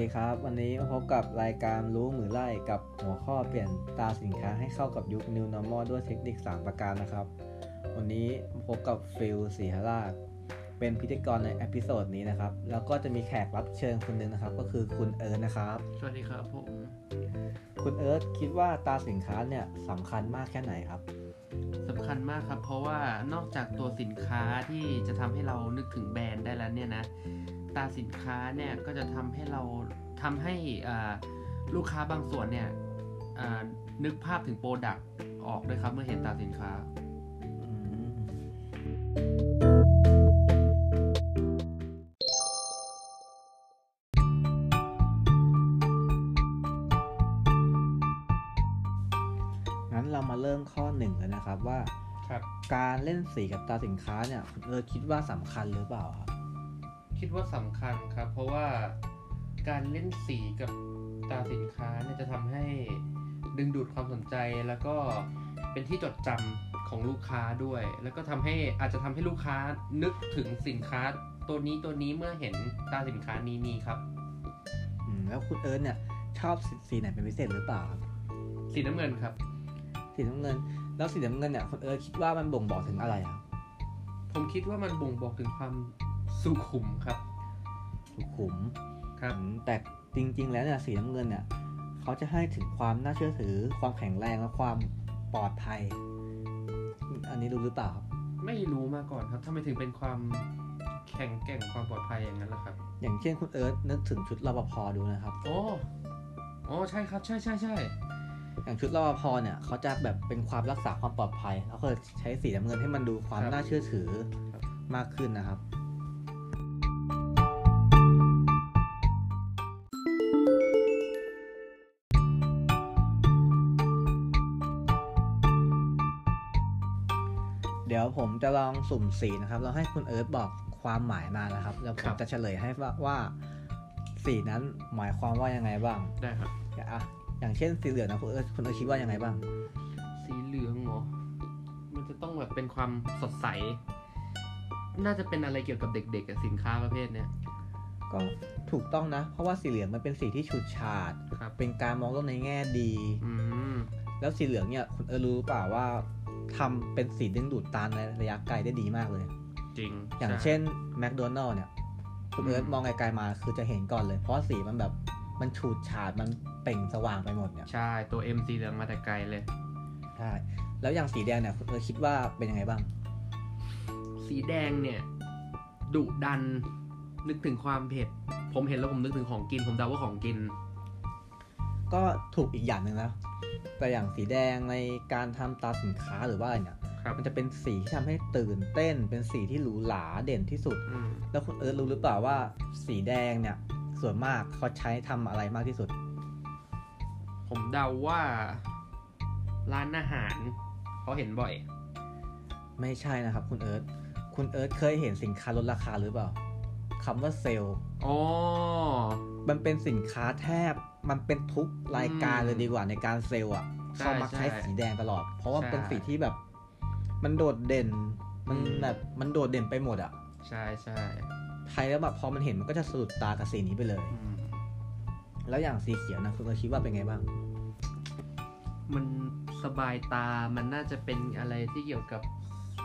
ดีครับ วันนี้มาพบกับรายการรู้หรือไล่กับหัวข้อเปลี่ยนตราสินค้าให้เข้ากับยุค New Normal ด้วยเทคนิค 3 ประการนะครับ วันนี้พบกับฟิลสีหราชเป็นพิธีกรในเอพิโซดนี้นะครับ แล้วก็จะมีแขกรับเชิญคนหนึ่งนะครับ ก็คือคุณเอิร์ธนะครับ สวัสดีครับผม คุณเอิร์ธคิดว่าตราสินค้าเนี่ยสำคัญมากแค่ไหนครับ สำคัญมากครับ เพราะว่านอกจากตัวสินค้าที่จะทำให้เรานึกถึงแบรนด์ได้แล้วเนี่ยนะตราสินค้าเนี่ยก็จะทำให้เราทำให้อ่าลูกค้าบางส่วนเนี่ยอ่านึกภาพถึงโปรดักต์ออกด้วยครับเมื่อเห็นตราสินค้า อืมงั้นเรามาเริ่มข้อหนึ่งเลยนะครับว่า ครับ การเล่นสีกับตราสินค้าเนี่ยคุณเออคิดว่าสำคัญหรือเปล่าครับ คิดว่าสำคัญครับ เพราะว่าการเล่นสีกับตราสินค้าเนี่ยจะทำให้ดึงดูดความสนใจแล้วก็เป็นที่จดจำของลูกค้าด้วย แล้วก็ทำให้อาจจะทำให้ลูกค้านึกถึงสินค้าตัวนี้ตัวนี้เมื่อเห็นตราสินค้านี้นี้ครับ อืมแล้วคุณเอิร์ธเนี่ยชอบสีสีไหนเป็นพิเศษหรือเปล่าครับ สีน้ำเงินครับ สีน้ำเงิน แล้วสีน้ำเงินเนี่ยคุณเอิร์ธคิดว่ามันบ่งบอกถึงอะไรครับ ผมคิดว่ามันบ่งบอกถึงความสุขุมครับ สุขุม ครับ อืมแต่จริงๆ แล้วเนี่ยสีน้ำเงินเนี่ยเขาจะให้ถึงความน่าเชื่อถือ ความแข็งแรงและความปลอดภัย อันนี้รู้หรือเปล่าครับ ไม่รู้มาก่อนครับทำไมถึงเป็นความแข็งแกร่งความปลอดภัยอย่างนั้นล่ะครับ อย่างเช่นคุณเอิร์ธนึกถึงชุดรปภดูนะครับ โอ้โอ้ใช่ครับ ใช่ใช่ใช่ อย่างชุดรปภเนี่ยเขาจะแบบเป็นความรักษาความปลอดภัยแล้วก็ใช้สีน้ำเงินให้มันดูความ ครับ น่าเชื่อถือ ครับ มากขึ้นนะครับ เดี๋ยวผมจะลองสุ่มสีนะครับ เราให้คุณเอิร์ธบอกความหมายมานะครับ แล้วผ ครั ม บ จะเฉลยให้ว่าว่าสีนั้นหมายความว่ายังไงบ้าง ได้ครับ อ่ะอย่างเช่นสีเหลืองนะคุณเอิร์ธคุณเอิร์ธคิดว่ายังไงบ้าง สีเหลืองเหรอ มันจะต้องแบบเป็นความสดใส น่าจะเป็นอะไรเกี่ยวกับเด็กๆกับสินค้าประเภทเนี้ย ก็ถูกต้องนะ เพราะว่าสีเหลืองมันเป็นสีที่ฉูดฉาด ครับ เป็นการมองโลกในแง่ดี อืม แล้วสีเหลืองเนี่ยคุณเออรู้เปล่าว่าทำเป็นสีดึงดูดตาในระยะไกลได้ดีมากเลย จริง อย่าง ใ เช่นแมคโดนัลล์เนี่ยคุณเอิร์ธ อืม มองไกลๆมาคือจะเห็นก่อนเลย เพราะสีมันแบบมันฉูดฉาดมันเปล่งสว่างไปหมดเนี่ย ใช่ ตัว M สีเหลืองมาแต่ไกลเลย ใช่แล้วอย่างสีแดงเนี่ยคุณเอิร์ธคิดว่าเป็นยังไงบ้าง สีแดงเนี่ยดุดัน นึกถึงความเผ็ด ผมเห็นแล้วผมนึกถึงของกิน ผมเดาว่าของกิน ก็ถูกอีกอย่างหนึ่งนะแต่อย่างสีแดงในการทำตราสินค้าหรือว่าอะไรเนี่ย ครับ มันจะเป็นสีที่ทำให้ตื่นเต้น เป็นสีที่หรูหราเด่นที่สุด อืม แล้วคุณเอิร์ธรู้หรือเปล่าว่าสีแดงเนี่ย ส่วนมากเขาใช้ทำอะไรมากที่สุด ผมเดาว่า ร้านอาหารเขาะเห็นบ่อย ไม่ใช่นะครับ คุณเอิร์ธคุณเอิร์ธเคยเห็นสินค้าลดราคาหรือเปล่าคำว่าเซลล์ อ๋อ มันเป็นสินค้าแทบ มันเป็นทุกรายการ อืม เลยดีกว่าในการเซลล์อ่ะ ใช่ เขามักใช้ ใช่ สีแดงตลอด เพราะว่า ใช่ เป็นสีที่แบบ มันโดดเด่น มัน อืม แบบมันโดดเด่นไปหมดอ่ะ ใช่ใช่ ใครแล้วแบบพอมันเห็นมันก็จะสะดุดตากับสีนี้ไปเลย อืม แล้วอย่างสีเขียวนะคุณเอิร์ธคิดว่าเป็นไงบ้าง มันสบายตา มันน่าจะเป็นอะไรที่เกี่ยวกับ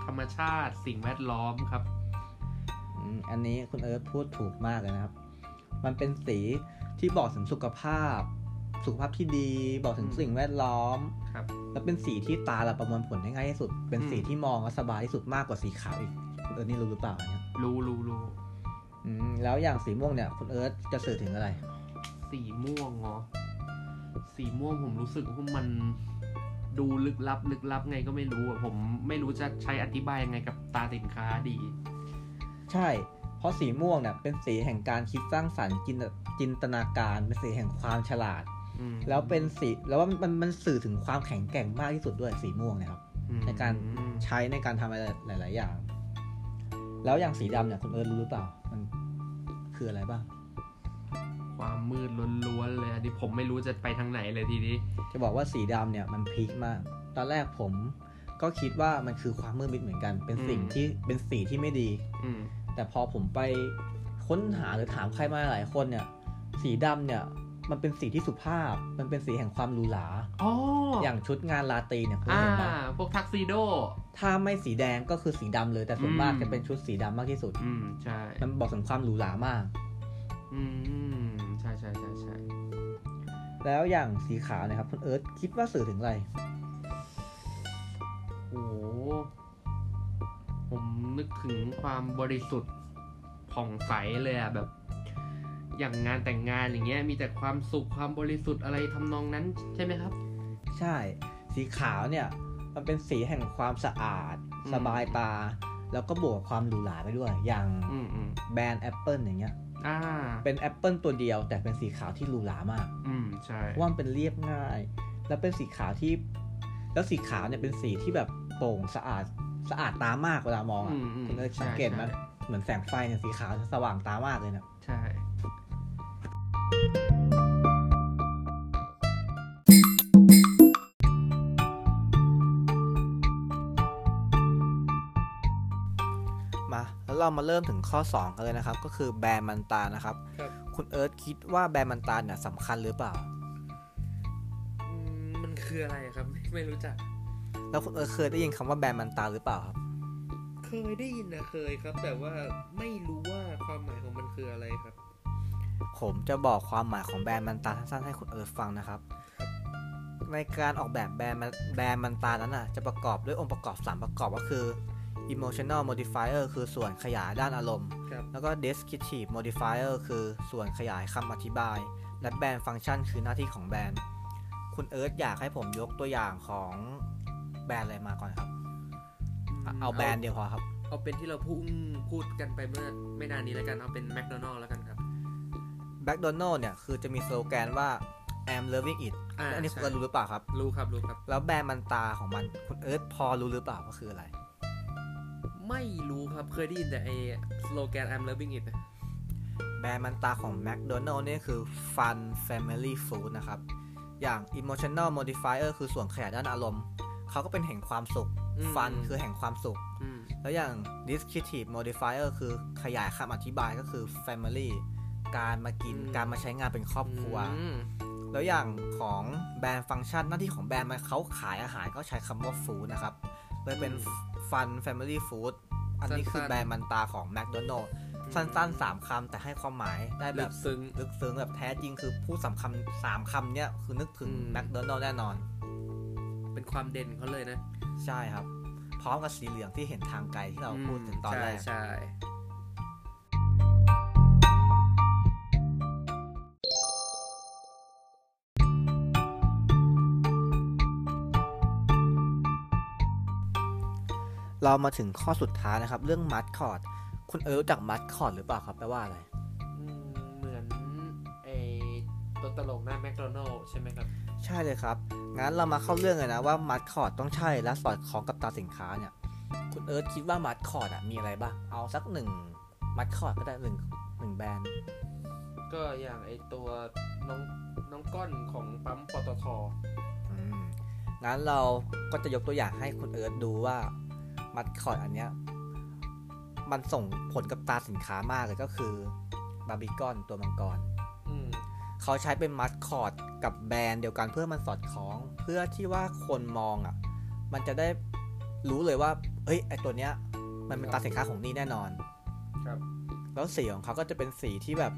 ธรรมชาติสิ่งแวดล้อมครับ อืมอันนี้คุณเอิร์ธพูดถูกมากเลยนะครับ มันเป็นสีที่บอกถึงสุขภาพ สุขภาพที่ดี บอกถึง อืม สิ่งแวดล้อม ครับ และเป็นสีที่ตาเราประมวลผลได้ง่ายที่สุด เป็นสี อืม ที่มองแล้วสบายที่สุดมากกว่าสีขาวอีก คุณเอิร์ธนี่รู้หรือเปล่าอันเนี่ย รู้รู้รู้ อืมแล้วอย่างสีม่วงเนี่ย คุณเอิร์ธจะสื่อถึงอะไร สีม่วงเหรอสีม่วงผมรู้สึกว่ามันดูลึกลับ ลึกลับไงก็ไม่รู้อะผมไม่รู้จะใช้อธิบายยังไงกับตาสินค้าดี ใช่ เพราะสีม่วงเนี่ยเป็นสีแห่งการคิดสร้างสรรค์จินจินตนาการ เป็นสีแห่งความฉลาด อืม แล้วเป็นสีแล้วว่ามันมันสื่อถึงความแข็งแกร่งมากที่สุดด้วยสีม่วงเนะครับ อืม ในการ ใช้ในการทำอะไรหลาย ๆ อย่าง แล้วอย่างสีดำเนี่ยคุณเอิร์ธรู้หรือเปล่า มันคืออะไรบ้าง ความมืดล้วนๆเลยอันนี้ผมไม่รู้จะไปทางไหนเลยทีนี้ จะบอกว่าสีดำเนี่ยมันพีคมาก ตอนแรกผมก็คิดว่ามันคือความมืดมิดเหมือนกัน เป็นสิ่ง อืม ที่เป็นสีที่ไม่ดี อืม แต่พอผมไปค้นหาหรือถามใครมาหลายคนเนี่ย สีดำเนี่ย มันเป็นสีที่สุภาพ มันเป็นสีแห่งความหรูหรา อ๋อ อ อย่าง ชุดงานลาตรีเนี่ยคุณ อ่า เห็นไหม พวกทักซิโด ถ้าไม่สีแดงก็คือสีดำเลย แต่ส่วนมาก อืม จะเป็นชุดสีดำมากที่สุด อืมใช่ มันบอกถึงความหรูหรามาก อืมใช่ใช่ใช่ใช่ แล้วอย่างสีขาวเนะครับคุณเอิร์ธคิดว่าสื่อถึงอะไร โอ้โหผมนึกถึงความบริสุทธิ์ผ่องใสเลยอะแบบ อย่างงานแต่งงานอย่างเงี้ย มีแต่ความสุขความบริสุทธิ์อะไรทำนองนั้นใช่ไหมครับ ใช่ สีขาวเนี่ย มันเป็นสีแห่งความสะอาด อืม สบายตา แล้วก็บวกความหรูหราไปด้วย อย่าง อืมอืม แบรนด์แอปเปิลอย่างเงี้ย อ่า เป็นแอปเปิลตัวเดียว แต่เป็นสีขาวที่หรูหรามาก อืมใช่ ว่ามันเป็นเรียบง่าย แล้วเป็นสีขาวที่ แล้วสีขาวเนี่ยเป็นสีที่แบบโปร่งสะอาดสะอาดตามากเวลามองอ่ะ อืมอืม คุณเอิร์ธสังเกตไหม ใช่ใช่ เหมือนแสงไฟเนี่ยสีขาวสว่างตามากเลยนะ ใช่ มาแล้วเรามาเริ่มถึงข้อ 2 กันเลยนะครับ ก็คือแบรนด์มันตานะครับ ครับ คุณเอิร์ธคิดว่าแบรนด์มันตาเนี่ยสำคัญหรือเปล่า มันคืออะไรครับ ไม่รู้จัก แล้วคุณเอิร์ธเคยได้ยินคำว่าแบรนด์มันตาหรือเปล่าครับ เคยได้ยินนะเคยครับ แต่ว่าไม่รู้ว่าความหมายของมันคืออะไรครับ ผมจะบอกความหมายของแบรนด์มันตาสั้นๆให้คุณเอิร์ธฟังนะครับ ในการออกแบบแบรนด์มันแบรนด์มันตานั้นน่ะจะประกอบด้วยองค์ประกอบ 3 ประกอบก็คือ emotional modifier คือส่วนขยายด้านอารมณ์ ครับ แล้วก็ descriptive modifier คือส่วนขยายคำอธิบาย และแบรนด์ฟังก์ชันคือหน้าที่ของแบรนด์ คุณเอิร์ธอยากให้ผมยกตัวอย่างของแบรนด์อะไรมาก่อนครับ เอาเอาแบรนด์เดียวพอครับ เอาเป็นที่เราพูดพูดกันไปเมื่อไม่นานนี้แล้วกันเอาเป็นแม d โดนัล s แล้วกันครับ McDonald เนี่ยคือจะมีสโลแกนว่า I'm loving it อ่า อันนี้คุณ ใช่ เอิร์ธรู้หรือเปล่าครับ รู้ครับรู้ครับ แล้วแบรนด์มันตาของมันคุณเอิร์ธพอรู้หรือเปล่าว่าคืออะไร ไม่รู้ครับเคยได้ยินแต่ไอ้สโลแกน I'm loving it นะ แบรนด์มันตาของ McDonald เนี่ยคือ Fun Family Food นะครับ อย่าง Emotional Modifier คือส่วนขยายด้านอารมณ์ เขาก็เป็นแห่งความสุข ม Fun คือแห่งความสุข อืม แล้วอย่าง Descriptive Modifier คือขยายคำอธิบายก็คือ Family การมากินการมาใช้งานเป็นครอบครัว อืม แล้วอย่างของแบรนด์ฟังก์ชันหน้าที่ของแบรนด์มันเขาขายอาหารก็ใช้คำว่าฟู้ดนะครับเลยเป็นฟัน Family Food อันนี้คือแบรนด์มันตาของ McDonald สั้นๆ 3คำแต่ให้ความหมายได้แบ ลึ บ กซึ้ง ลึกซึ้งแบบแท้จริงคือพูดสามคำสามคำเนี่ยคือนึกถึง อืม McDonald แน่นอน เป็นความเด่นเขาเลยนะ ใช่ครับ พร้อมกับสีเหลืองที่เห็นทางไกลที่เราพูดถึงตอนแรก ใช่ใช่ เรามาถึงข้อสุดท้ายนะครับ เรื่องมัดคอร์ดคุณเอิร์ธรู้จากมัดคอร์ดหรือเปล่าครับแปลว่าอะไร อืมเหมือนไอ้ตัวตลกหน้าแม d โดนัล s ใช่ไหมครับ ใช่เลยครับ งั้นเรามาเข้าเรื่องเลยนะว่ามัดคอร์ดต้องใช่และสอดคล้องกับตราสินค้าเนี่ย คุณเอิร์ธคิดว่ามัดคอร์ดอะมีอะไรบ้าง เอาสักหนึ่งมัดคอร์ดก็ได้หนึ่งหนึ่งแบรนด์ ก็อย่างไอ้ตัวน้องน้องก้อนของปั๊มปตท อืม งั้นเราก็จะยกตัวอย่างให้คุณเอิร์ธดูว่ามัดคอร์ดอันเนี้ยมันส่งผลกับตราสินค้ามากเลยก็คือบาร์บีคอนตัวมังกร อืม เขาใช้เป็นมัดคอร์ดกับแบรนด์เดียวกันเพื่อมันสอดคล้อง เพื่อที่ว่าคนมองอ่ะ มันจะได้รู้เลยว่า เอ้ยไอตัวเนี้ย มันเป็น ครั ตรา บ สินค้าของนี่แน่นอน ครับ แล้วสีของเขาก็จะเป็นสีที่แบบ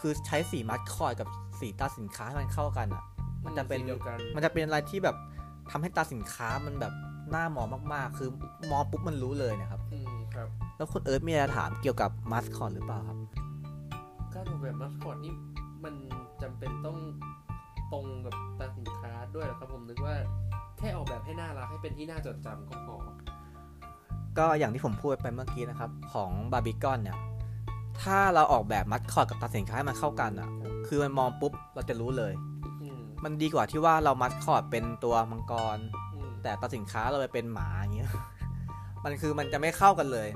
คือใช้สีมัดคอร์ดกับสีตราสินค้าให้มันเข้ากันอ่ะ มันจะเป็น สีเดียวกัน มันจะเป็นอะไรที่แบบทำให้ตราสินค้ามันแบบน่ามองมากๆ คือมองปุ๊บมันรู้เลยนะครับ อืมครับ แล้วคุณเอิร์ธมีอะไรจะถามเกี่ยวกับมัสคอร์ดหรือเปล่าครับ การออกแบบมาสคอตนี่มันจำเป็นต้องตรงกับตราสินค้าด้วยเหรอครับผมนึกว่าแค่ออกแบบให้น่ารักให้เป็นที่น่าจดจำก็พอ ก็อย่างที่ผมพูดไปเมื่อกี้นะครับ ของบาร์บีคอนเนี่ย ถ้าเราออกแบบมัดคอร์ดกับตราสินค้าให้มันเข้ากันอ่ะ คือมันมองปุ๊บเราจะรู้เลย อืม มันดีกว่าที่ว่าเรามัดคอร์ดเป็นตัวมังกร อืม แต่ตราสินค้าเราไปเป็นหมาอย่างเงี้ ย มันคือมันจะไม่เข้ากันเลย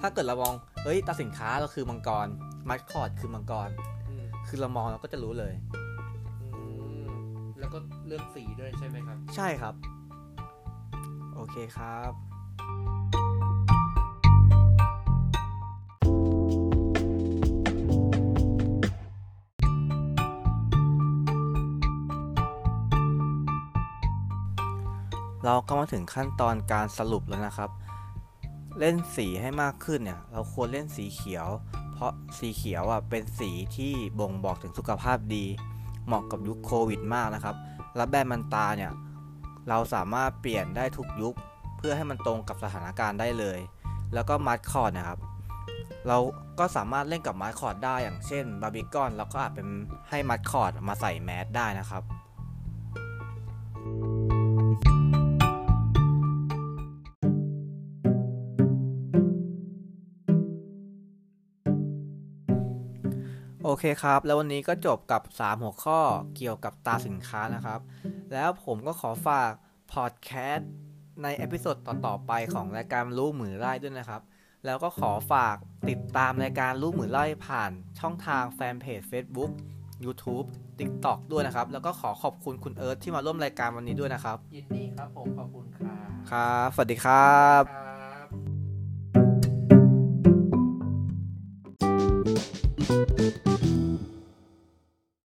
ถ้าเกิดเรามองเฮ้ยตราสินค้าเราคือมังกร มัดคอร์ดคือมังกร อืม คือเรามองเราก็จะรู้เลย อืมแล้วก็เลือกสีด้วยใช่ไหมครับ ใช่ครับ โอเคครับ ค เราก็มาถึงขั้นตอนการสรุปแล้วนะครับ เล่นสีให้มากขึ้นเนี่ย เราควรเล่นสีเขียว เพราะสีเขียวอ่ะเป็นสีที่บ่งบอกถึงสุขภาพดี เหมาะกับยุคโควิดมากนะครับ และแบรนด์มันตาเนี่ย เราสามารถเปลี่ยนได้ทุกยุค เพื่อให้มันตรงกับสถานการณ์ได้เลย แล้วก็มาร์คอร์ดนะครับ เราก็สามารถเล่นกับมาร์คอร์ดได้อย่างเช่นบาร์บีคอนเราก็อาจเป็นให้มาร์คอร์ดมาใส่แมสได้นะครับ โอเคครับ แล้ววันนี้ก็จบกับ 3 หัวข้อเกี่ยวกับตราสินค้านะครับ แล้วผมก็ขอฝากพอดแคสต์ในเอพิโซดต่อ ๆ ไปของรายการรู้หมือไร่ด้วยนะครับ แล้วก็ขอฝากติดตามรายการรู้หมือไร่ผ่านช่องทางแฟนเพจ Facebook YouTube TikTok ด้วยนะครับ แล้วก็ขอขอบคุณคุณเอิร์ธที่มาร่วมรายการวันนี้ด้วยนะครับ ยินดีครับผมขอบคุณค่ะ ครับ สวัสดีครับ ค